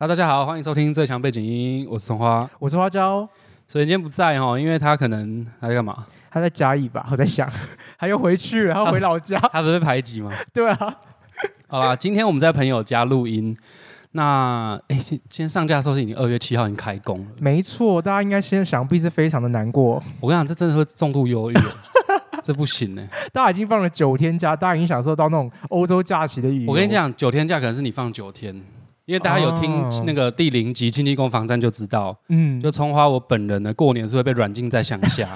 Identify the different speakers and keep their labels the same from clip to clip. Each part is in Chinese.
Speaker 1: 那大家好，欢迎收听最强背景音，我是松花。
Speaker 2: 我是花椒，
Speaker 1: 所以今天不在哈，因为他可能他在干嘛？
Speaker 2: 他在嘉义吧？我在想， 他又回去了，他回老家。
Speaker 1: 他不是被排挤吗？
Speaker 2: 对啊，
Speaker 1: 好啦，今天我们在朋友家录音。那哎，今、今天上架的时候是已经二月七号，已经开工了。
Speaker 2: 没错，大家应该先想必是非常的难过。
Speaker 1: 我跟你讲，这真的会重度忧郁，哦 这不行呢、
Speaker 2: 大家已经放了九天假，大家已经享受到那种欧洲假期的余。
Speaker 1: 我跟你，讲，九天假可能是你放九天，因为大家有听
Speaker 2: 哦
Speaker 1: 那个第零集《清济宫防战》就知道，
Speaker 2: 嗯，
Speaker 1: 就葱花我本人呢，过年是会被软禁在乡 下，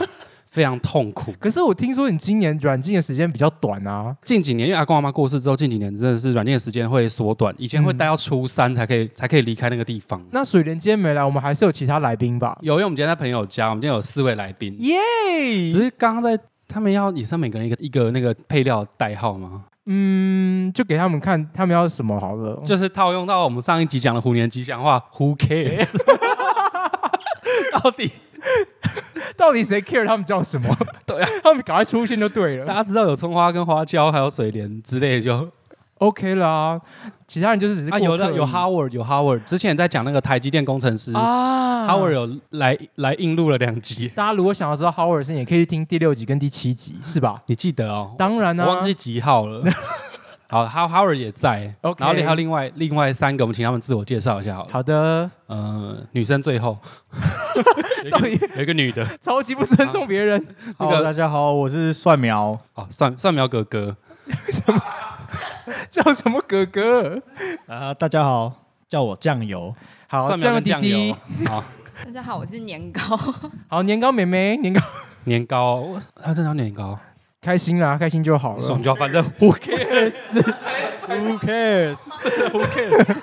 Speaker 1: 非常痛苦。
Speaker 2: 可是我听说你今年软禁的时间比较短啊，
Speaker 1: 近几年，因为阿公阿妈过世之后，近几年真的是软件的时间会缩短，以前会
Speaker 2: 嗯
Speaker 1: 待到初三才可以、才可以离开那个地方。
Speaker 2: 那水莲今天没来，我们还是有其他来宾吧？
Speaker 1: 有，因为我们今天在朋友家，我们今天有四位来宾，
Speaker 2: 耶、
Speaker 1: 只是刚刚在他们要也是每个人一个一个那个配料代号吗？
Speaker 2: 嗯，就给他们看他们要什么好了。
Speaker 1: 就是套用到我们上一集讲的虎年吉祥话，Who cares？到底
Speaker 2: 到底谁 care 他们叫什么？
Speaker 1: 对啊，
Speaker 2: 他们赶快出现就对
Speaker 1: 大
Speaker 2: 了。
Speaker 1: 家知道有葱花跟花椒，还有水莲之类的就，
Speaker 2: OK 啦，其他人就是只是
Speaker 1: 啊
Speaker 2: 过
Speaker 1: 有
Speaker 2: 客
Speaker 1: 的
Speaker 2: 而
Speaker 1: 有
Speaker 2: 已
Speaker 1: Howard 有 Howard，之前在讲那个台积电工程师、
Speaker 2: 啊
Speaker 1: Howard 有来来映入了两集，
Speaker 2: 大家如果想要知道 Howard 的声音，也可以去听第六集跟第七集，是吧？
Speaker 1: 你记得哦？
Speaker 2: 当然啊呢、
Speaker 1: 我忘记几号 了。好，哈哈尔也在
Speaker 2: OK
Speaker 1: 然后还有另外另外三个，我们请他们自我介绍一下好了。
Speaker 2: 好的，
Speaker 1: 呃，女生最 后有一
Speaker 2: 到
Speaker 1: 个
Speaker 2: 底
Speaker 1: 有一 个女的，
Speaker 2: 超级不尊重别人。
Speaker 1: 那
Speaker 3: 好，
Speaker 1: 个
Speaker 3: 大家好，我是蒜苗。
Speaker 1: 哦，蒜蒜苗哥哥，
Speaker 2: 叫什么哥哥？
Speaker 3: 啊、大家好，叫我酱油。
Speaker 2: 好，
Speaker 1: 蒜苗
Speaker 2: 酱油
Speaker 1: 跟
Speaker 2: 弟
Speaker 1: 酱
Speaker 2: 弟
Speaker 1: 油，，好
Speaker 4: 大家好，我是年糕。
Speaker 2: 好，年糕妹妹，年糕
Speaker 1: 年糕，他正常年糕，
Speaker 2: 开心啦，开心就好了。
Speaker 1: 爽就好反正 who cares？
Speaker 3: Who cares？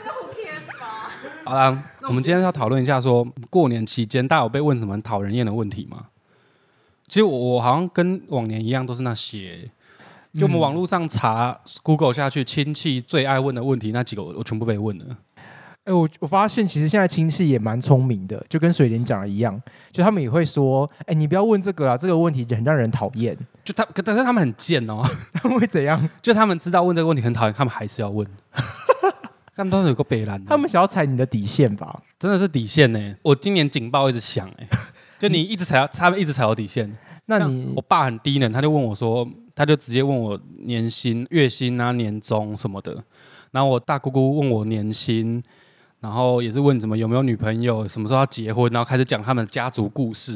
Speaker 1: 好啦，我们今天要讨论一下说，过年期间大家有被问什么很讨人厌的问题吗？其实我我好像跟往年一样，都是那些。就我们网络上查 Google 下去，亲戚最爱问的问题那几个，我我全部被问了。
Speaker 2: 哎、我我发现其实现在亲戚也蛮聪明的，就跟水莲讲的一样，就他们也会说，哎、你不要问这个啦，这个问题很让人讨厌。
Speaker 1: 就他，可但是他们很贱哦，
Speaker 2: 他们会怎样？
Speaker 1: 就他们知道问这个问题很讨厌，他们还是要问。 他们都是有个北蓝，
Speaker 2: 他们想要踩你的底线吧？
Speaker 1: 真的是底线呢。我今年警报一直响哎，就你一直踩到，他们一直踩到底线。
Speaker 2: 那
Speaker 1: 像
Speaker 2: 你
Speaker 1: 我爸很低能，他就问我说，他就直接问我年薪、月薪啊、年终什么的。然后我大姑姑问我年薪，然后也是问什么有没有女朋友，什么时候要结婚，然后开始讲他们的家族故事，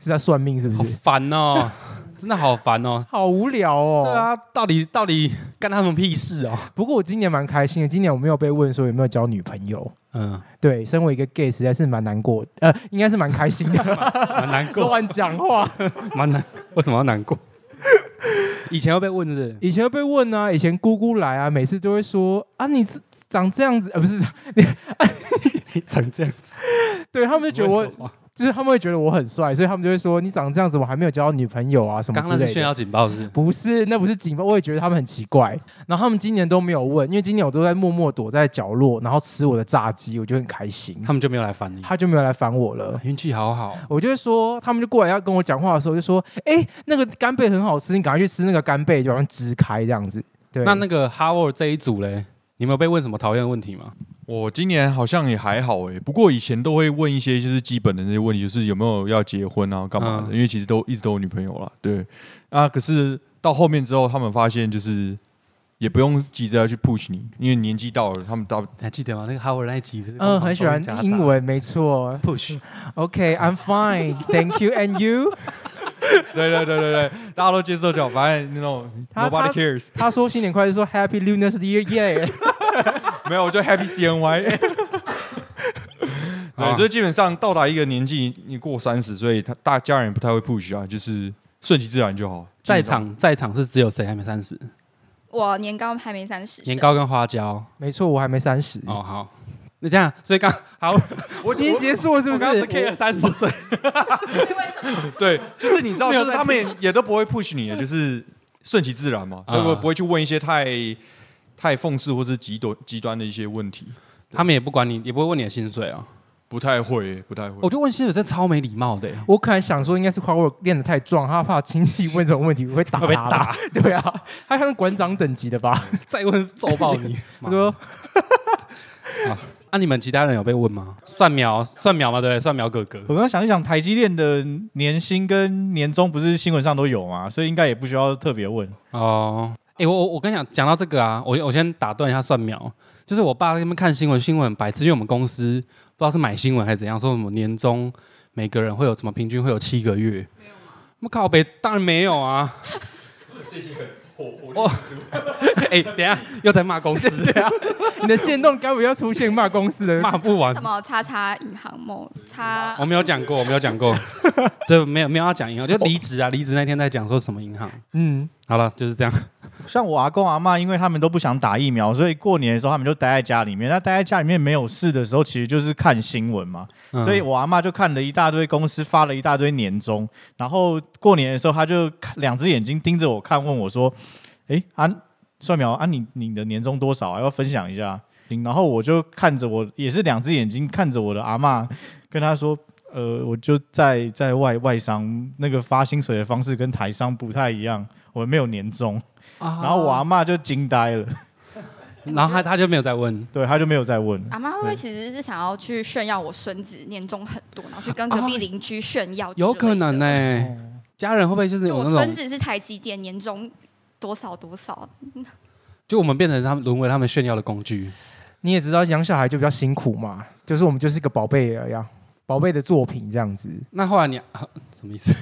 Speaker 2: 是在算命是不
Speaker 1: 好
Speaker 2: 是？
Speaker 1: 烦哦，真的好烦哦。
Speaker 2: 好无聊 哦。
Speaker 1: 对啊，到底到底干他们屁事哦？
Speaker 2: 不过我今年蛮开心的，今年我没有被问说有没有交女朋友。
Speaker 1: 嗯，
Speaker 2: 对，身为一个 gay，实在是蛮难过，呃，应该是蛮开心 的。
Speaker 1: 蛮难过，
Speaker 2: 乱讲话，
Speaker 1: 蛮难，为什么要难 过？以前会被问是 不是？
Speaker 2: 以前被问啊，以前姑姑来啊，每次都会说啊，你是长这样子，呃，不是，
Speaker 1: 长这样子，
Speaker 2: 对他们就觉得我，
Speaker 1: 我
Speaker 2: 就是他们会觉得我很帅，所以他们就会说你长这样子，我还没有交到女朋友啊，什么
Speaker 1: 刚
Speaker 2: 之
Speaker 1: 刚那是
Speaker 2: 类
Speaker 1: 炫
Speaker 2: 的。
Speaker 1: 耀警报是不是？
Speaker 2: 不是，那不是警报，我也觉得他们很奇怪。然后他们今年都没有问，因为今年我都在默默躲在角落，然后吃我的炸鸡，我就很开心。
Speaker 1: 他们就没有来烦你，
Speaker 2: 他就没有来烦我了。
Speaker 1: 运气好哦好。
Speaker 2: 我就会说，他们就过来要跟我讲话的时候，就说：“哎、那个干贝很好吃，你赶快去吃那个干贝，就把它支开这样子。”对，
Speaker 1: 那那个哈沃这一组嘞，你们有被问什么讨厌的问题吗？
Speaker 5: 我今年好像也还好诶，不过以前都会问一些就是基本的那些问题，就是有没有要结婚啊，干嘛的？
Speaker 1: 嗯
Speaker 5: 因为其实都一直都有女朋友啦，对。啊，可是到后面之后，他们发现就是也不用急着要去 push 你，因为年纪到了，他们到
Speaker 1: 你还记得吗？那个哈沃那一集是
Speaker 2: 嗯，很喜欢英文，没错。
Speaker 1: push，
Speaker 2: OK，I'm、fine，Thank you，and you。
Speaker 5: 对对对对对，大家都接受就好，反正那种
Speaker 2: 他
Speaker 5: nobody
Speaker 2: 他
Speaker 5: cares，
Speaker 2: 他说新年快乐，说 Happy Lunar Year，耶、
Speaker 5: 没有我就 happy CNY。
Speaker 1: 好啊啊
Speaker 5: 对，所以基本上到达一个年纪，你过三十，所以他大家人也不太会 push 啊，就是顺其自然就好。
Speaker 1: 在
Speaker 5: 基本上
Speaker 1: 场在场是啊只有谁还没三十？
Speaker 4: 我年糕还没三十岁，
Speaker 1: 年糕跟花椒。
Speaker 2: 没错，我还没三十。
Speaker 1: 哦，好，那这样，所以刚 好，
Speaker 5: 我
Speaker 2: 已经结束了是
Speaker 1: 是
Speaker 2: 不是？
Speaker 1: care 三十 岁？
Speaker 5: 对，就是你知道，
Speaker 1: 没有
Speaker 5: 就是
Speaker 1: 在
Speaker 5: 他们也也都不会 push 你的，就是顺其自然嘛，
Speaker 1: 啊
Speaker 5: 他不不会去问一些太太讽刺或是极端极端的一些问题，
Speaker 1: 他们也不管你，也不会问你的薪水啊。
Speaker 5: 不太会，不太会
Speaker 1: 我。就问薪水，真的超没礼貌的 欸。
Speaker 2: 我可能想说，应该是花我练得太壮，他怕亲戚问这种问题我会打
Speaker 1: 会
Speaker 2: 他
Speaker 1: 被
Speaker 2: 吧。对啊，他像馆长等级的吧？
Speaker 1: 再问揍爆你。
Speaker 2: 他说
Speaker 1: 啊，你们其他人有被问吗？蒜苗，蒜苗嘛，对不对，蒜苗哥哥。
Speaker 3: 我刚刚想一想，台积电的年薪跟年终不是新闻上都有吗？所以应该也不需要特别问。
Speaker 1: 哦，哎、我我我跟你讲，讲到这个啊，我我先打断一下蒜苗，就是我爸在那边看新闻，新闻很白痴，因为我们公司不知道是买新闻还是怎样，说我们年终每个人会有什么平均会有七个月，没有吗？我靠北，当然没有啊。哦，哎、等一下又在骂公司，
Speaker 2: 你的线动该不要出现骂公司的？
Speaker 1: 骂不完
Speaker 4: 什。么叉叉银行某叉
Speaker 1: 我没有讲过，我没有讲过，这没有没有要讲银行，就离职啊，离职那天在讲说什么银行。
Speaker 2: 嗯，
Speaker 1: 好了，就是这样。
Speaker 3: 像我阿公阿妈，因为他们都不想打疫苗，所以过年的时候他们就待在家里面。那待在家里面没有事的时候，其实就是看新闻嘛。
Speaker 1: 嗯
Speaker 3: 所以我阿妈就看了一大堆公司发了一大堆年终，然后过年的时候，她就看两只眼睛盯着我看，问我说：“诶，啊，蒜苗啊，你你的年终多少、啊？要分享一下。”然后我就看着我，也是两只眼睛看着我的阿妈，跟她说：“呃，我就在在外外商那个发薪水的方式跟台商不太一样，我没有年终。”然后我阿妈就惊呆了，
Speaker 1: 嗯然后他他就没有再问，
Speaker 3: 对，她就没有再问。
Speaker 4: 阿妈会不会其实是想要去炫耀我孙子年终很多，然后去跟隔壁邻居炫耀？
Speaker 1: 有可能呢、。家人会不会哦就是
Speaker 4: 就
Speaker 1: 有
Speaker 4: 我
Speaker 1: 那
Speaker 4: 孙
Speaker 1: 种，
Speaker 4: 子是台积电年终多少多少，
Speaker 1: 就我们变成他们沦为他们炫耀的工具？
Speaker 2: 你也知道养小孩就比较辛苦嘛，就是我们就是一个宝贝而已啊，宝贝的作品这样子。
Speaker 1: 那后来你、 啊、什么意思？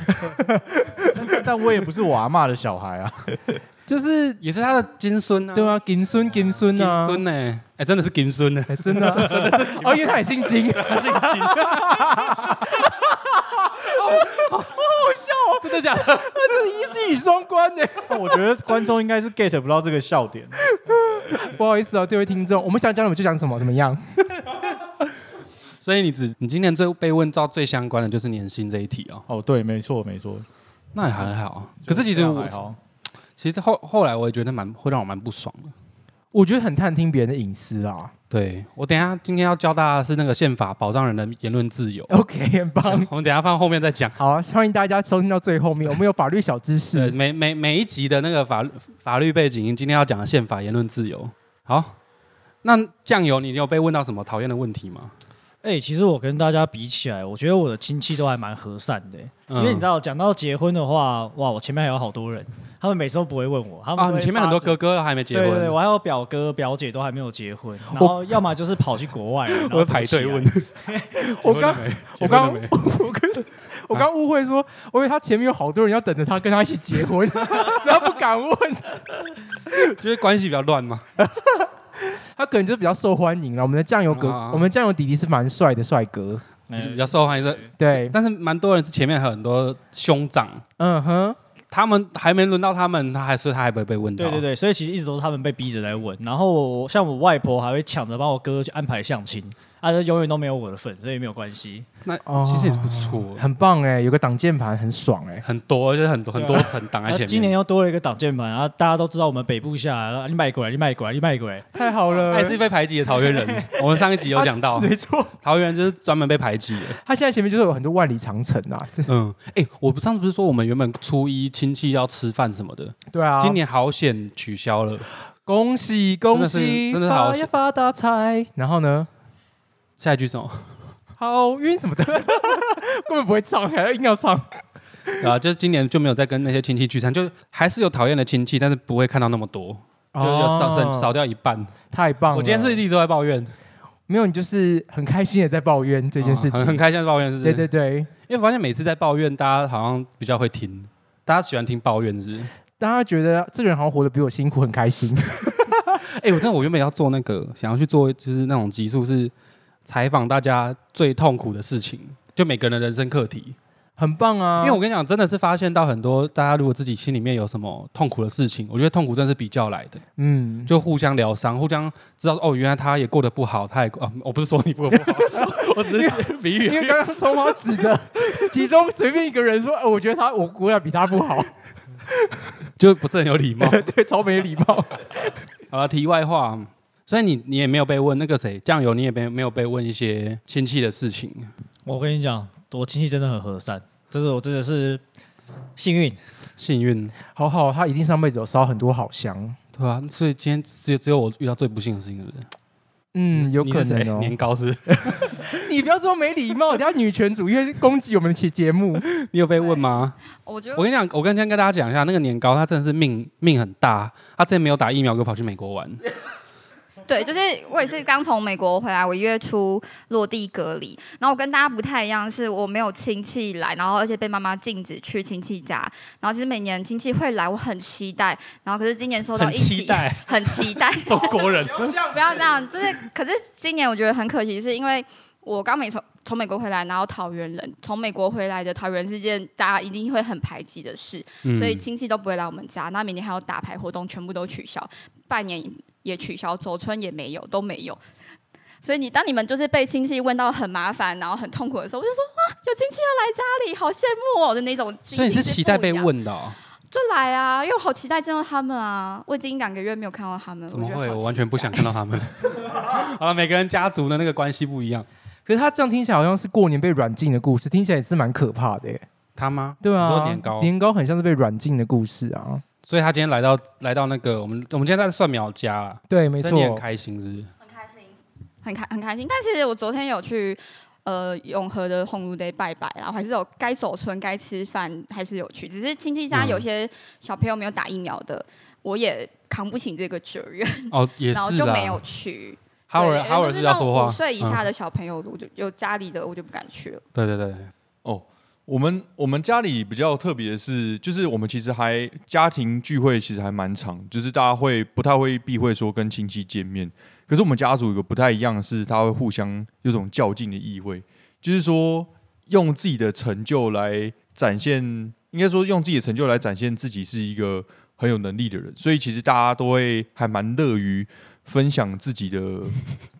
Speaker 3: 但我也不是我阿妈的小孩啊，
Speaker 2: 就是
Speaker 1: 也是他的金孙啊，
Speaker 2: 对啊，金孙金孙
Speaker 1: 金
Speaker 2: 啊，
Speaker 1: 孙呢、哎、真的是金孙 呢、
Speaker 2: 哎真的 啊哦，因为他也姓金，
Speaker 1: 真的假的？
Speaker 2: 哦啊这是一语双关呢。
Speaker 3: 但我觉得观众应该是 get 不到这个笑点。
Speaker 2: 不好意思哦，各位听众，我们想讲什么就讲什么，怎么样？
Speaker 1: 所以你只你今年最被问到最相关的就是年薪这一题哦，
Speaker 3: 哦，对，没错，没错。
Speaker 1: 那也还好。可是其实我
Speaker 3: 还好，
Speaker 1: 其实后后来我也觉得蛮会让我蛮不爽的。
Speaker 2: 我觉得很探听别人的隐私啊。
Speaker 1: 对我等一下今天要教大家是那个宪法保障人的言论自由，
Speaker 2: OK，很棒。
Speaker 1: 我们等一下放后面再讲。
Speaker 2: 好啊，欢迎大家收听到最后面，我们有法律小知
Speaker 1: 对，
Speaker 2: 识。
Speaker 1: 呃每每每一集的那个法律法律背景，今天要讲的宪法言论自由。好，那酱油，你有被问到什么讨厌的问题吗？
Speaker 6: 哎、其实我跟大家比起来，我觉得我的亲戚都还蛮和善的、欸因
Speaker 1: 嗯
Speaker 6: 为你知道，讲到结婚的话，哇，我前面还有好多人，他们每次都不会问我，他们
Speaker 1: 啊，
Speaker 6: 都会
Speaker 1: 你前面很多
Speaker 6: 扒着
Speaker 1: 哥哥还没结
Speaker 6: 对
Speaker 1: 婚，
Speaker 6: 对对，我还有表哥表姐都还没有结 婚，然后要么就是跑去国外了，然后
Speaker 1: 我会排队问
Speaker 6: 躲起来。
Speaker 2: 我刚我刚
Speaker 1: 结婚了没
Speaker 2: 我跟我刚误会说，我以为他前面有好多人要等着他跟他一起结 婚，所以他不敢问。
Speaker 1: 就是关系比较乱嘛。
Speaker 2: 他可能就是比较受欢迎了。我们的酱油哥，
Speaker 1: 啊
Speaker 2: 我们酱油弟弟是蛮帅的帅哥。
Speaker 6: 哎
Speaker 1: 就比较受欢迎的。
Speaker 2: 对，
Speaker 1: 但是蛮多人是前面还有很多兄长，
Speaker 2: 嗯哼，
Speaker 1: 他们还没轮到他们，他还所以他还不会被问到。
Speaker 6: 对对对，所以其实一直都是他们被逼着来问，然后我像我外婆还会抢着帮我哥去安排相亲，啊，这永远都没有我的份，所以没有关系。
Speaker 1: 那
Speaker 2: 哦
Speaker 1: 其实也是不错，
Speaker 2: 很棒哎，有个挡箭牌很爽哎。
Speaker 1: 很多就是很多很多层挡在
Speaker 6: 啊
Speaker 1: 前面。
Speaker 6: 今年又多了一个挡箭牌，啊，大家都知道我们北部下来了，啊你卖过来，你卖过来，你卖过来，
Speaker 2: 太好了，
Speaker 1: 还是被排挤的桃园 人，我们上一集有讲
Speaker 6: 啊
Speaker 1: 到，
Speaker 2: 没错，
Speaker 1: 桃园人就是专门被排挤的。
Speaker 2: 他现在前面就是有很多万里长城啊，就是
Speaker 1: 嗯，哎、我不上次不是说我们原本初一亲戚要吃饭什么的，
Speaker 2: 对啊，
Speaker 1: 今年好险取消了。
Speaker 2: 恭喜恭
Speaker 1: 真的是
Speaker 2: 喜，
Speaker 1: 真的好
Speaker 2: 发呀发大财，然后呢，
Speaker 1: 下一句什 么？
Speaker 2: 好运什么的， 根本不会唱，还要硬要唱，
Speaker 1: 啊，就是今年就没有再跟那些亲戚聚餐，就还是有讨厌的亲戚，但是不会看到那么多，就有少
Speaker 2: 哦
Speaker 1: 剩少掉一半。
Speaker 2: 太棒了。
Speaker 1: 我今天是一直都在抱怨
Speaker 2: 没有，你就是很开心的在抱怨这件事
Speaker 1: 很
Speaker 2: 情，
Speaker 1: 哦很开心的抱怨，是不是？
Speaker 2: 对对对，
Speaker 1: 因为我发现每次在抱怨，大家好像比较会听，大家喜欢听抱怨，是不 是？
Speaker 2: 大家觉得这个人好像活得比我辛苦，很开心。
Speaker 1: 哎、我真的我原本要做那个，想要去做就是那种集数是采访大家最痛苦的事情，就每个人的人生课题。
Speaker 2: 很棒啊！
Speaker 1: 因为我跟你讲，真的是发现到很多大家如果自己心里面有什么痛苦的事情，我觉得痛苦真的是比较来的，
Speaker 2: 嗯，
Speaker 1: 就互相疗伤，互相知道哦，原来他也过得不好，他也 过啊，我不是说你过得不好，我只是比喻
Speaker 2: 因。为刚刚松毛指着其中随便一个人说， 呃我觉得他我姑娘比他不 好，
Speaker 1: 就不是很有礼 貌。
Speaker 2: 对，超没礼貌。
Speaker 1: 好了，题外话，嗯所以你你也没有被问那个谁酱油，你也没没有被问一些亲戚的事情。
Speaker 6: 我跟你讲，我亲戚真的很和善，这是我真的是幸运。
Speaker 1: 幸运，
Speaker 2: 好好，他一定上辈子有烧很多好香。
Speaker 1: 对啊，所以今天只有只有我遇到最不幸的事情，是不是？
Speaker 2: 嗯，有
Speaker 1: 你
Speaker 2: 可
Speaker 1: 是谁
Speaker 2: 能哦。
Speaker 1: 年糕是不是？
Speaker 2: 你不要这么没礼貌，等下女权主义会攻击我们的节 节目。
Speaker 1: 你有被问吗？
Speaker 4: 我觉得
Speaker 1: 我跟你讲，我跟先跟大家讲一下，那个年糕他真的是命命很大，他之前没有打疫苗，给我跑去美国玩。
Speaker 4: 对，就是我也是刚从美国回来，我一月初落地隔离。然后我跟大家不太一样，是我没有亲戚来，然后而且被妈妈禁止去亲戚家。然后其实每年亲戚会来，我很期待。然后可是今年收到
Speaker 1: 很
Speaker 4: 一起，
Speaker 1: 期待，
Speaker 4: 很期待。
Speaker 1: 中国人
Speaker 4: 不要这样，就是可是今年我觉得很可惜，是因为我刚美从从美国回来，然后桃园人从美国回来的桃园是件大家一定会很排挤的事，
Speaker 1: 嗯
Speaker 4: 所以亲戚都不会来我们家。那明年还有打牌活动，全部都取消，拜年也取消，走村也没有，都没有。所以你当你们就是被亲戚问到很麻烦，然后很痛苦的时候，我就说哇，有亲戚要来家里，好羡慕哦的那种心情
Speaker 1: 所以你是
Speaker 4: 不
Speaker 1: 期待
Speaker 4: 一
Speaker 1: 被
Speaker 4: 样，
Speaker 1: 问的、哦？
Speaker 4: 就来啊，因为我好期待见到他们啊！我已经两个月没有看到他们，
Speaker 1: 怎么
Speaker 4: 我觉
Speaker 1: 会？
Speaker 4: 得好
Speaker 1: 我完全
Speaker 4: 期
Speaker 1: 不想看到他们。 好了，每个人家族的那个关系不一样。
Speaker 2: 可是他这样听起来好像是过年被软禁的故事，听起来也是蛮可怕的耶。
Speaker 1: 他吗？
Speaker 2: 对
Speaker 1: 你
Speaker 2: 啊，
Speaker 1: 说年糕。
Speaker 2: 年糕很像是被软禁的故事啊。
Speaker 1: 所以他今天来到来到那个我们我们今天在蒜苗家啦，
Speaker 2: 对，没
Speaker 1: 所
Speaker 2: 错
Speaker 1: 以。你很开心是不是？
Speaker 4: 很开心，很开很开心。但其实我昨天有去呃永和的红炉 day 拜拜啦，我还是有该走村、该吃饭还是有去，只是亲戚家
Speaker 1: 嗯
Speaker 4: 有些小朋友没有打疫苗的，我也扛不起这个责任，
Speaker 1: 哦，也
Speaker 4: 然后
Speaker 1: 是
Speaker 4: 就
Speaker 1: 啦。
Speaker 4: 没有去。
Speaker 1: 哈
Speaker 4: 对
Speaker 1: 尔
Speaker 4: 因为
Speaker 1: 哈尔
Speaker 4: 就是是
Speaker 1: 要
Speaker 4: 那
Speaker 1: 说
Speaker 4: 种
Speaker 1: 话
Speaker 4: 五。岁以
Speaker 1: 嗯
Speaker 4: 下的小朋友，我就有家里的我就不敢去了。
Speaker 1: 对对对，
Speaker 5: 我们我们家里比较特别的是，就是我们其实还家庭聚会其实还蛮长，就是大家会不太会避讳说跟亲戚见面。可是我们家族有个不太一样的是，他会互相有种较劲的意味，就是说用自己的成就来展现，应该说用自己的成就来展现自己是一个很有能力的人。所以其实大家都会还蛮乐于分享自己的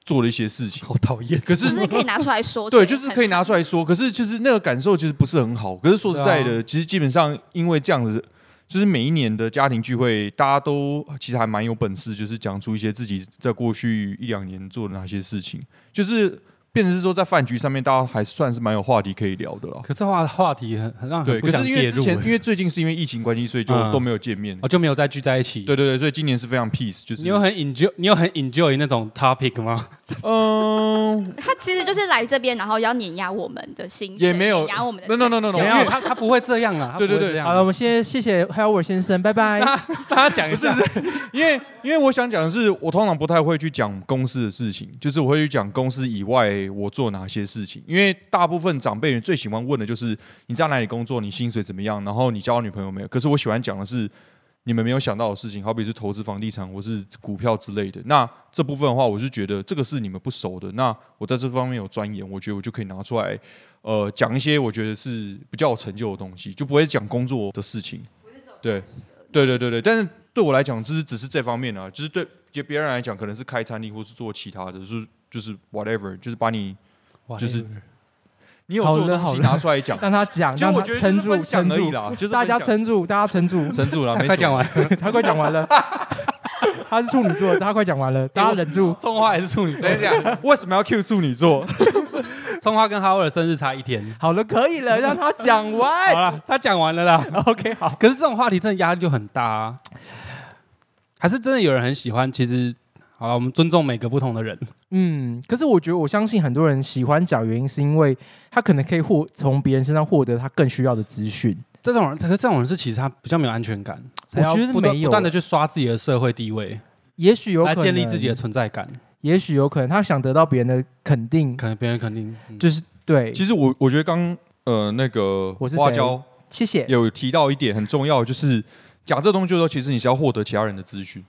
Speaker 5: 做的一些事 情。
Speaker 1: 好讨厌。
Speaker 5: 可是
Speaker 4: 就是可以拿出来说，
Speaker 5: 对，
Speaker 4: 其
Speaker 5: 就
Speaker 4: 实
Speaker 5: 是
Speaker 4: 很
Speaker 5: 可以拿出来说，可是就是那个感受其实不是很好。可是说实在
Speaker 1: 对啊
Speaker 5: 的，其实基本上因为这样子，就是每一年的家庭聚会，大家都其实还蛮有本事，就是讲出一些自己在过去一两年做的那些事情，就是变成是说在饭局上面，大家还算是蛮有话题可以聊的了。
Speaker 1: 可是话话题很很让很
Speaker 5: 对，可
Speaker 1: 啊不想
Speaker 5: 是因
Speaker 1: 介
Speaker 5: 为之
Speaker 1: 入
Speaker 5: 前，
Speaker 1: 欸，
Speaker 5: 因为最近是因为疫情关系，所以就
Speaker 1: 嗯
Speaker 5: 都没有见面。
Speaker 1: 哦就没有再聚在一起。
Speaker 5: 对对对，所以今年是非常 peace，就是
Speaker 1: 你有很 enjoy，你有很 enjoy 那种 topic 吗？
Speaker 5: 嗯，
Speaker 4: 他其实就是来这边，然后要碾压我们的心血，
Speaker 5: 也没有
Speaker 4: 碾压我们的
Speaker 5: no, no, no, no,
Speaker 4: 成就
Speaker 5: 没有因为
Speaker 1: 他他不会这样啦。他
Speaker 5: 对对
Speaker 1: 不会
Speaker 5: 对
Speaker 1: 这样
Speaker 2: 好了，我们先谢谢 Howard 先生，拜拜。
Speaker 1: 大家讲一下。
Speaker 5: 因为因为我想讲的是，我通常不太会去讲公司的事情，就是我会去讲公司以外我做哪些事情。因为大部分长辈最喜欢问的就是你在哪里工作，你薪水怎么样，然后你交到女朋友没有。可是我喜欢讲的是你们没有想到的事情，好比是投资房地产或是股票之类的。那这部分的话，我是觉得这个是你们不熟的。那我在这方面有钻研，我觉得我就可以拿出来，呃，讲一些我觉得是比较有成就的东西，就不会讲工作的事情。对，对对对对，但是对我来讲，这是只是这方面啊，就是对别别人来讲，可能是开餐厅或是做其他的，就是就是 whatever，就是把你
Speaker 1: 哇
Speaker 5: 就是
Speaker 1: 那个
Speaker 5: 你有做的
Speaker 2: 好
Speaker 5: 东
Speaker 2: 了好了
Speaker 5: 西拿出来讲。
Speaker 2: 让他讲，
Speaker 5: 其实
Speaker 2: 让
Speaker 5: 我
Speaker 2: 他
Speaker 5: 觉得
Speaker 2: 撑
Speaker 5: 就是
Speaker 2: 住，
Speaker 5: 分
Speaker 2: 撑
Speaker 5: 享而已
Speaker 2: 住，
Speaker 5: 啦，就是
Speaker 2: 大家
Speaker 5: 分享
Speaker 2: 撑住，大家撑 住。
Speaker 5: 撑住了，没
Speaker 1: 快
Speaker 5: 什
Speaker 1: 讲
Speaker 5: 么
Speaker 1: 完，
Speaker 2: 他快讲完了， 他是处女座，他快讲完了，大家忍 住。
Speaker 1: 葱花还是处女座
Speaker 5: 等一，下，为什么要 Q 处女座？
Speaker 1: 葱花跟哈维尔生日差一天。
Speaker 2: 好了，可以 了，让他讲完。
Speaker 1: 好了，他讲完了 啦。
Speaker 2: OK，好，
Speaker 1: 可是这种话题真的压力就很大啊。还是真的有人很喜欢？其实，好了，我们尊重每个不同的人。
Speaker 2: 嗯，可是我觉得，我相信很多人喜欢讲，原因是因为他可能可以获从别人身上获得他更需要的资讯。
Speaker 1: 这种人，可是这种人是其实他比较没有安全感，才要
Speaker 2: 我觉得
Speaker 1: 不断
Speaker 2: 没有
Speaker 1: 不断的去刷自己的社会地位，
Speaker 2: 也许有可
Speaker 1: 来
Speaker 2: 能
Speaker 1: 建立自己的，存在感。
Speaker 2: 也许有可能他想得到别人的肯定，
Speaker 1: 可能别人肯定、嗯
Speaker 2: 就是对。
Speaker 5: 其实我我觉得刚呃那个
Speaker 2: 我是谁
Speaker 5: 花椒
Speaker 2: 谢谢。
Speaker 5: 有提到一点很重要，就是讲这东西的时候，其实你是要获得其他人的资讯。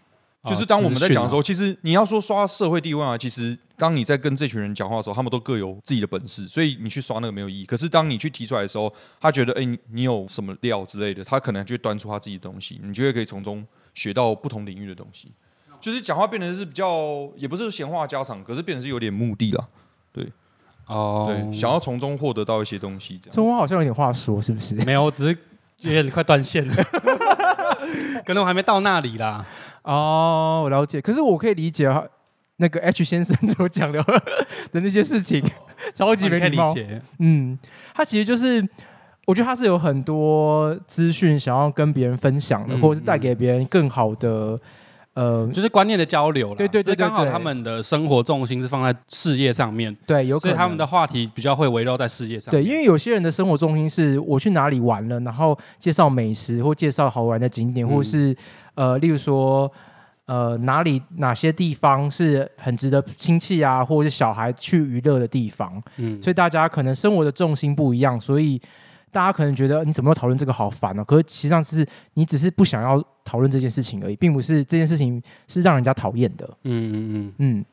Speaker 5: 就是当我们在讲的时候，其实你要说刷社会地位啊，其实当你在跟这群人讲话的时候，他们都各有自己的本事，所以你去刷那个没有意义。可是当你去提出来的时候，他觉得哎、你你有什么料之类的，他可能就会端出他自己的东西，你就会可以从中学到不同领域的东西。就是讲话变成是比较，也不是闲话家常，可是变成是有点目的啦。
Speaker 1: 哦，
Speaker 5: 对，想要从中获得到一些东西，这样。
Speaker 2: 中华好像有点话说，是不是？
Speaker 1: 没有，我只是觉得你快断线了， 可能我还没到那里 啦。
Speaker 2: 哦，我了解。可是我可以理解啊那个 H 先生所讲的的那些事情， 超级
Speaker 1: 哦你可
Speaker 2: 没
Speaker 1: 以
Speaker 2: 礼
Speaker 1: 理
Speaker 2: 貌。
Speaker 1: 解，
Speaker 2: 嗯，他其实就是，我觉得他是有很多资讯想要跟别人分享的，
Speaker 1: 嗯
Speaker 2: 或者是带给别人更好的、
Speaker 6: 嗯
Speaker 2: 呃，
Speaker 1: 就是观念的交流啦。
Speaker 2: 对对对
Speaker 1: 只是刚好
Speaker 2: 对对
Speaker 1: 他们的生活重心是放在事业上面，
Speaker 2: 对，有可
Speaker 1: 所以
Speaker 2: 能
Speaker 1: 他们的话题比较会围绕在事业上
Speaker 2: 对，
Speaker 1: 面。
Speaker 2: 因为有些人的生活重心是我去哪里玩了，然后介绍美食或介绍好玩的景点，
Speaker 1: 嗯
Speaker 2: 或是呃，例如说呃哪里哪些地方是很值得亲戚啊或者是小孩去娱乐的地方，
Speaker 1: 嗯，
Speaker 2: 所以大家可能生活的重心不一样，所以。大家可能觉得嗯你怎么又讨论这个好烦哦、可是其实上是你只是不想要讨论这件事情而已，并不是这件事情是让人家讨厌的。
Speaker 1: 嗯嗯
Speaker 2: 嗯，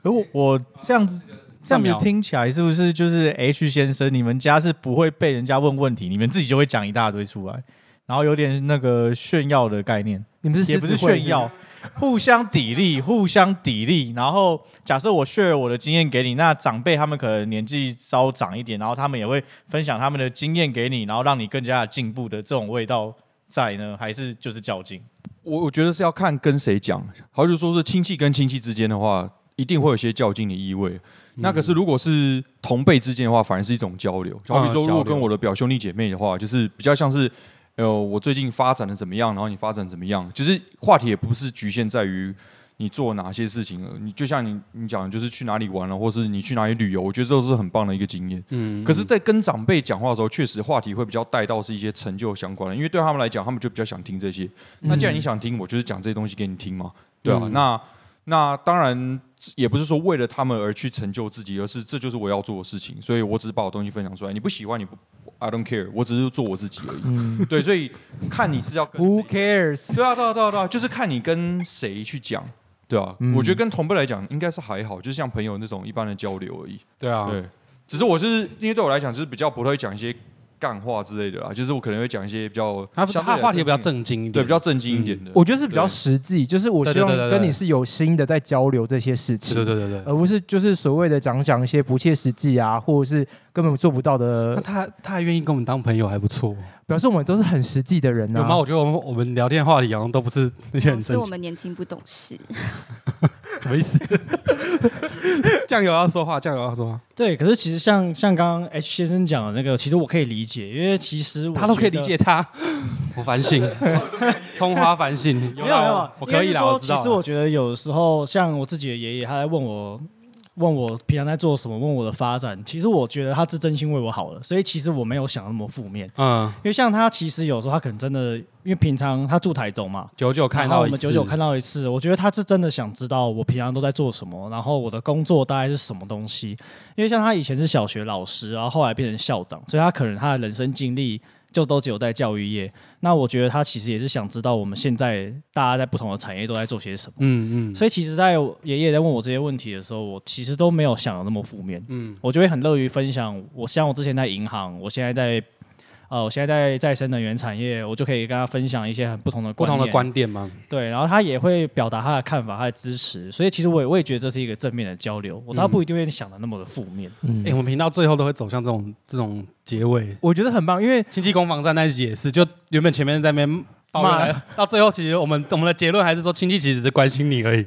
Speaker 3: 可我我这样子这
Speaker 1: 上
Speaker 3: 样子
Speaker 1: 秒
Speaker 3: 听起来是不是就是 H 先生，你们家是不会被人家问问题，你们自己就会讲一大堆出来，然后有点那个炫耀的概念，
Speaker 2: 你们是
Speaker 3: 也
Speaker 2: 狮
Speaker 3: 不
Speaker 2: 子
Speaker 3: 是
Speaker 2: 会
Speaker 3: 炫耀，互相砥砺，互相砥砺。然后假设我 share 我的经验给你，那长辈他们可能年纪稍长一点，然后他们也会分享他们的经验给你，然后让你更加的进步的这种味道在呢，还是就是较劲？
Speaker 5: 我我觉得是要看跟谁讲，好就说是亲戚跟亲戚之间的话，一定会有些较劲的意味。
Speaker 1: 嗯
Speaker 5: 那可是如果是同辈之间的话，反而是一种交流。好比说，如
Speaker 1: 啊交流
Speaker 5: 果跟我的表兄弟姐妹的话，就是比较像是，呃，我最近发展的怎么样，然后你发展怎么样，其实话题也不是局限在于。你做哪些事情？呃你就像你你讲的，就是去哪里玩了，或是你去哪里旅游，我觉得这都是很棒的一个经验。
Speaker 1: 嗯嗯，
Speaker 5: 可是，在跟长辈讲话的时候，确实话题会比较带到是一些成就相关的，因为对他们来讲，他们就比较想听这些。那既然你想听，我就是讲这些东西给你听嘛，对啊。
Speaker 1: 嗯
Speaker 5: 那那当然也不是说为了他们而去成就自己，而是这就是我要做的事情，所以我只是把我东西分享出来。你不喜欢，你不，I don't care，我只是做我自己而已。
Speaker 2: 嗯
Speaker 5: 对，所以看你是要跟
Speaker 2: ，Who
Speaker 5: 谁
Speaker 2: cares？
Speaker 5: 对啊，对啊，对啊，对啊，就是看你跟谁去讲。对啊，
Speaker 2: 嗯
Speaker 5: 我觉得跟同辈来讲应该是还好，就是像朋友那种一般的交流而已。
Speaker 1: 对啊，
Speaker 5: 对，只是我是因为对我来讲，就是比较不会讲一些干话之类的啦，就是我可能会讲一些比较
Speaker 1: 他
Speaker 5: 相
Speaker 1: 他
Speaker 5: 对
Speaker 1: 的话题比较
Speaker 5: 正经
Speaker 1: 正经一点，嗯
Speaker 5: 对比较正经一点的。
Speaker 2: 我觉得是比较
Speaker 5: 对
Speaker 2: 实际，就是我
Speaker 1: 对
Speaker 2: 希
Speaker 1: 对
Speaker 2: 望
Speaker 1: 对对对
Speaker 2: 跟你是有心的在交流这些事情，
Speaker 1: 对对对对对。
Speaker 2: 而不是就是所谓的讲讲一些不切实际啊，或者是根本做不到
Speaker 5: 呃
Speaker 1: 那
Speaker 2: 的，
Speaker 1: 他他还愿意跟我们当朋友，还不错。
Speaker 2: 表示我们都是很实际的人啊。
Speaker 1: 有吗？我觉得我们我们聊天话题好像都不是那些很
Speaker 4: 哦是
Speaker 1: 正
Speaker 4: 我
Speaker 1: 经，
Speaker 4: 们年轻不懂事。
Speaker 1: 什么意思？ 酱油要说话，酱油要说话，
Speaker 6: 对，可是其实像像刚刚 H 先生讲的那个，其实我可以理解，因为其实我
Speaker 1: 他都可以
Speaker 6: 觉
Speaker 1: 理
Speaker 6: 得
Speaker 1: 解他。我反省， 葱花反省，
Speaker 6: 没有没有，
Speaker 1: 我可以
Speaker 6: 应该是
Speaker 1: 啦，
Speaker 6: 说
Speaker 1: 我知道
Speaker 6: 其
Speaker 1: 啦。
Speaker 6: 实我觉得有的时候，像我自己的爷爷，他在问我，问我平常在做什么，问我的发展。其实我觉得他是真心为我好了，所以其实我没有想那么负面。
Speaker 1: 嗯，
Speaker 6: 因为像他，其实有时候他可能真的，因为平常他住台中嘛，
Speaker 1: 九九看
Speaker 6: 然后
Speaker 1: 到
Speaker 6: 我
Speaker 1: 一
Speaker 6: 们
Speaker 1: 次，
Speaker 6: 久久看到一次，我觉得他是真的想知道我平常都在做什么，然后我的工作大概是什么东西。因为像他以前是小学老师，然后后来变成校长，所以他可能他的人生经历就都只有在教育业。那我觉得他其实也是想知道我们现在大家在不同的产业都在做些什么。
Speaker 1: 嗯嗯，
Speaker 6: 所以其实，在我爷爷在问我这些问题的时候，我其实都没有想的那么负面。
Speaker 1: 嗯，
Speaker 6: 我就会很乐于分享。我像我之前在银行，我现在在呃，我现在在再生能源产业，我就可以跟他分享一些很不同的
Speaker 1: 不同的
Speaker 6: 念
Speaker 1: 观点嘛，
Speaker 6: 对，然后他也会表达他的看法，他的支持，所以其实我也我也觉得这是一个正面的交流，我倒
Speaker 3: 嗯
Speaker 6: 不一定会想的那么的负面。
Speaker 2: 嗯
Speaker 1: 哎、我们频道最后都会走向这种这种结尾。
Speaker 2: 我觉得很棒，因为
Speaker 1: 亲戚攻防战那一集也是，就原本前面在那边抱怨来，到最后其实我们我们的结论还是说，亲戚其实只是关心你而已。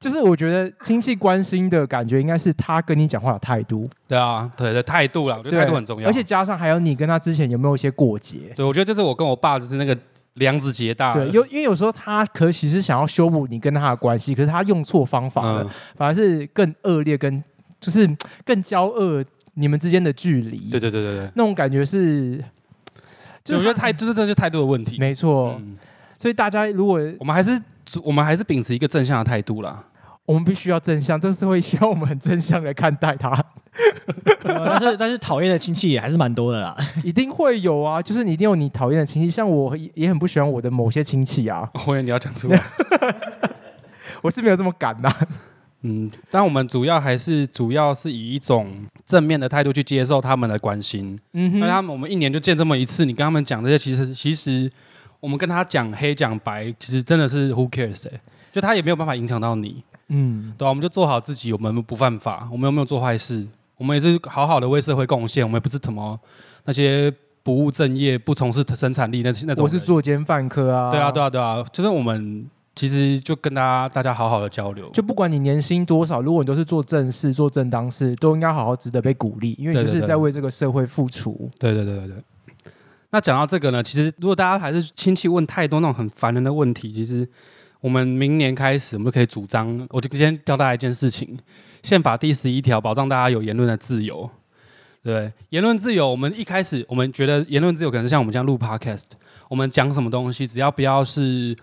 Speaker 2: 就是我觉得亲戚关心的感觉应该是他跟你讲话的态度，
Speaker 1: 对啊，对对，态度啦，我觉得
Speaker 2: 对，
Speaker 1: 态度很重要。
Speaker 2: 而且加上还有你跟他之前有没有一些过节。
Speaker 1: 对我觉得这是我跟我爸就是那个梁子结大了。
Speaker 2: 对，有因为有时候他可其实想要修补你跟他的关系，可是他用错方法了，
Speaker 1: 嗯
Speaker 2: 反而是更恶劣，跟就是更骄恶你们之间的距离。
Speaker 1: 对对对对对，
Speaker 2: 那种感觉是，
Speaker 1: 就我觉得态就是这就是态度的问题。
Speaker 2: 没错。
Speaker 1: 嗯，
Speaker 2: 所以大家如果
Speaker 1: 我们还是我们还是秉持一个正向的态度啦。
Speaker 2: 我们必须要正向，这是会需要我们很正向来看待它，
Speaker 6: 呃但是但是讨厌的亲戚也还是蛮多的啦。
Speaker 2: 一定会有啊，就是你一定有你讨厌的亲戚，像我也也很不喜欢我的某些亲戚啊，
Speaker 1: 我以为你要讲出来。
Speaker 2: 我是没有这么敢啊呐、
Speaker 1: 嗯，但我们主要还是主要是以一种正面的态度去接受他们的关心。
Speaker 2: 嗯
Speaker 1: 那他
Speaker 2: 哼，
Speaker 1: 们我们一年就见这么一次，你跟他们讲这些，其实其实我们跟他讲黑讲白，其实真的是 who cares 欸就他也没有办法影响到你，
Speaker 2: 嗯，
Speaker 1: 对啊、我们就做好自己，我们不犯法，我们又没有做坏事，我们也是好好的为社会贡献，我们也不是什么那些不务正业、不从事生产力那那种人。
Speaker 2: 嗯我是作奸犯科啊，
Speaker 1: 对啊，对啊，对啊，就是我们其实就跟大家大家好好的交流，
Speaker 2: 就不管你年薪多少，如果你都是做正事、做正当事，都应该好好值得被鼓励，因为你
Speaker 1: 对
Speaker 2: 就
Speaker 1: 对
Speaker 2: 是
Speaker 1: 对
Speaker 2: 在为这个社会付出。
Speaker 1: 对对对对对。那讲到这个呢，其实如果大家还是亲戚问太多那种很烦人的问题，其实我们明年开始，我们就可以主张，我就先教大家一件事情：宪法第十一条保障大家有言论的自由。对言论自由，我们一开始我们觉得言论自由可能像我们这样录 podcast，我们讲什么东西，只要不要是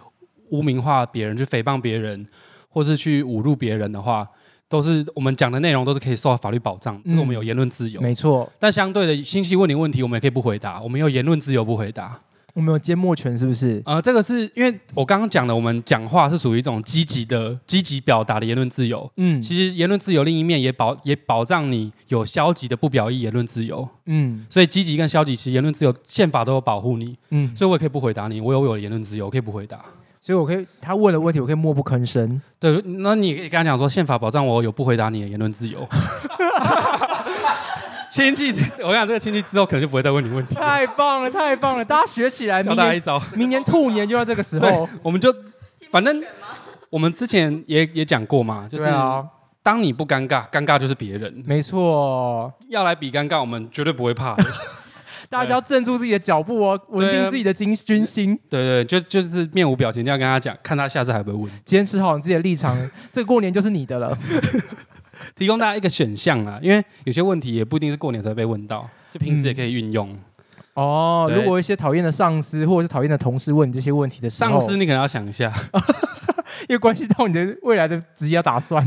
Speaker 1: 污名化别人、去诽谤别人，或是去侮辱别人的话，都是我们讲的内容都是可以受到法律保障，这是我们有言论自由。
Speaker 2: 没错，
Speaker 1: 但相对的，信息问你问题，我们也可以不回答，我们有言论自由不回答。
Speaker 2: 我们有缄默权是不是？
Speaker 1: 呃，这个是因为我刚刚讲的，我们讲话是属于一种积极的、积极表达的言论自由。
Speaker 2: 嗯
Speaker 1: 其实言论自由另一面也保也保障你有消极的不表意言论自由，
Speaker 2: 嗯
Speaker 1: 所以积极跟消极其实言论自由宪法都有保护你，
Speaker 2: 嗯，
Speaker 1: 所以我也可以不回答你，我有我的言论自由，我可以不回答。
Speaker 2: 所以我可以，他问了问题，我可以默不吭声。
Speaker 1: 对，那你也可以跟他讲说，宪法保障我有不回答你的言论自由。亲戚，我想这个亲戚之后可能就不会再问你问题了，
Speaker 2: 太棒了，太棒了！大家学起来，
Speaker 1: 教
Speaker 2: 明
Speaker 1: 大家一
Speaker 2: 年
Speaker 1: 招。
Speaker 2: 明年兔年就要这个时候。
Speaker 1: 我们就反正我们之前也也讲过嘛，就是
Speaker 2: 对啊，
Speaker 1: 当你不尴尬，尴尬就是别人。
Speaker 2: 没错，
Speaker 1: 要来比尴尬，我们绝对不会 怕的。
Speaker 2: 大家要镇住自己的脚步哦，稳定自己的军军心，
Speaker 1: 对对，就就是面无表情这样跟他讲，看他下次还会不会问。
Speaker 2: 坚持好你自己的立 场。这个过年就是你的了。
Speaker 1: 提供大家一个选项啊，因为有些问题也不一定是过年才被问到，就平时也可以运用。
Speaker 2: 哦，
Speaker 1: 对
Speaker 2: 如果有一些讨厌的上司或者是讨厌的同事问你这些问题的时候，
Speaker 1: 上司你可能要想一下。
Speaker 2: 因为关系到你的未来的职业打算。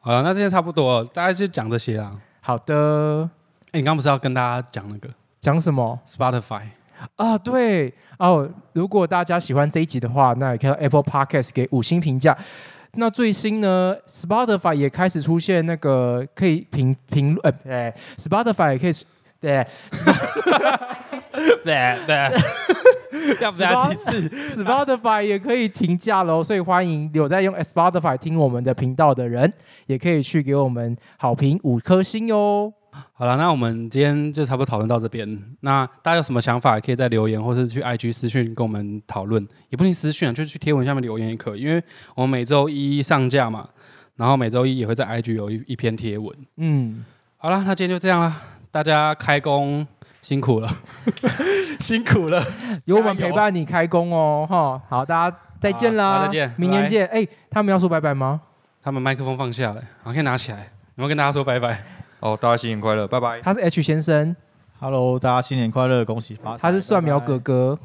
Speaker 1: 好了，那今天差不多了，大家就讲这些啦。
Speaker 2: 好的，
Speaker 1: 哎、你刚不是要跟大家讲那个
Speaker 2: 讲什么
Speaker 1: Spotify？
Speaker 2: 啊？对哦，如果大家喜欢这一集的话，那也可以到 Apple Podcast 给五星评价。那最新呢，Spotify 也开始出现那个可以评评论，呃，哎 Spotify 也可以。对
Speaker 1: 对对，要不要几次？
Speaker 2: ，Spotify 也可以评价喽，所以欢迎有在用 Spotify 听我们的频道的人，也可以去给我们好评五颗星哟。
Speaker 1: 好了，那我们今天就差不多讨论到这边。那大家有什么想法，也可以在留言或是去 IG 私讯跟我们讨论，也不一定私讯啊，就去贴文下面留言也可以，因为我们每周一上架嘛，然后每周一也会在 IG 有一一篇贴文。
Speaker 2: 嗯，
Speaker 1: 好了，那今天就这样啦，大家开工辛苦了，辛苦了，
Speaker 2: 有我们
Speaker 1: 加油
Speaker 2: 陪伴你开工哦，哈，好，大家再见啦，
Speaker 1: 好再见
Speaker 2: 明年
Speaker 1: 拜
Speaker 2: 见。哎、他们要说拜拜吗？
Speaker 1: 他们麦克风放下来，好，可以拿起来，然后跟大家说拜拜。
Speaker 5: 好，大家新年快乐，拜拜。
Speaker 2: 他是 H 先生，
Speaker 3: Hello，大家新年快乐，恭喜发财！
Speaker 2: 他是蒜苗哥哥，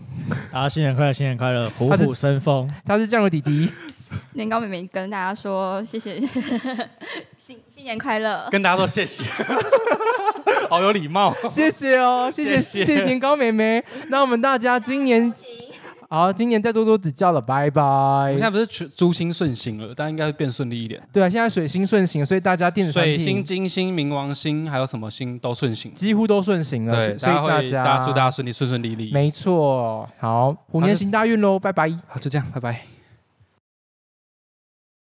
Speaker 6: 大家新年快乐，新年快乐，虎
Speaker 2: 他是
Speaker 6: 虎生风。
Speaker 2: 他是酱油 弟弟，
Speaker 4: 年糕妹妹跟大家说谢谢， 新新年快乐。
Speaker 1: 跟大家说谢谢，好有礼貌。
Speaker 2: 谢谢哦，谢谢
Speaker 1: 谢谢
Speaker 2: 谢谢年糕妹妹。那我们大家今年好，今年再多多指教了，拜
Speaker 1: 我
Speaker 2: 拜
Speaker 1: 们现。在不是全诸星顺行了，大家应该会变顺利一点。
Speaker 2: 对啊，现在水星顺行，所以大家电子产
Speaker 1: 水
Speaker 2: 品
Speaker 1: 星、金星、冥王星，还有什么星都顺行。
Speaker 2: 几乎都顺行了，所
Speaker 1: 对，
Speaker 2: 以所以
Speaker 1: 大家会，
Speaker 2: 家
Speaker 1: 大家祝大家顺利顺顺利利。
Speaker 2: 没错，好，虎年行大运喽，拜拜。
Speaker 1: 好，就这样，拜拜。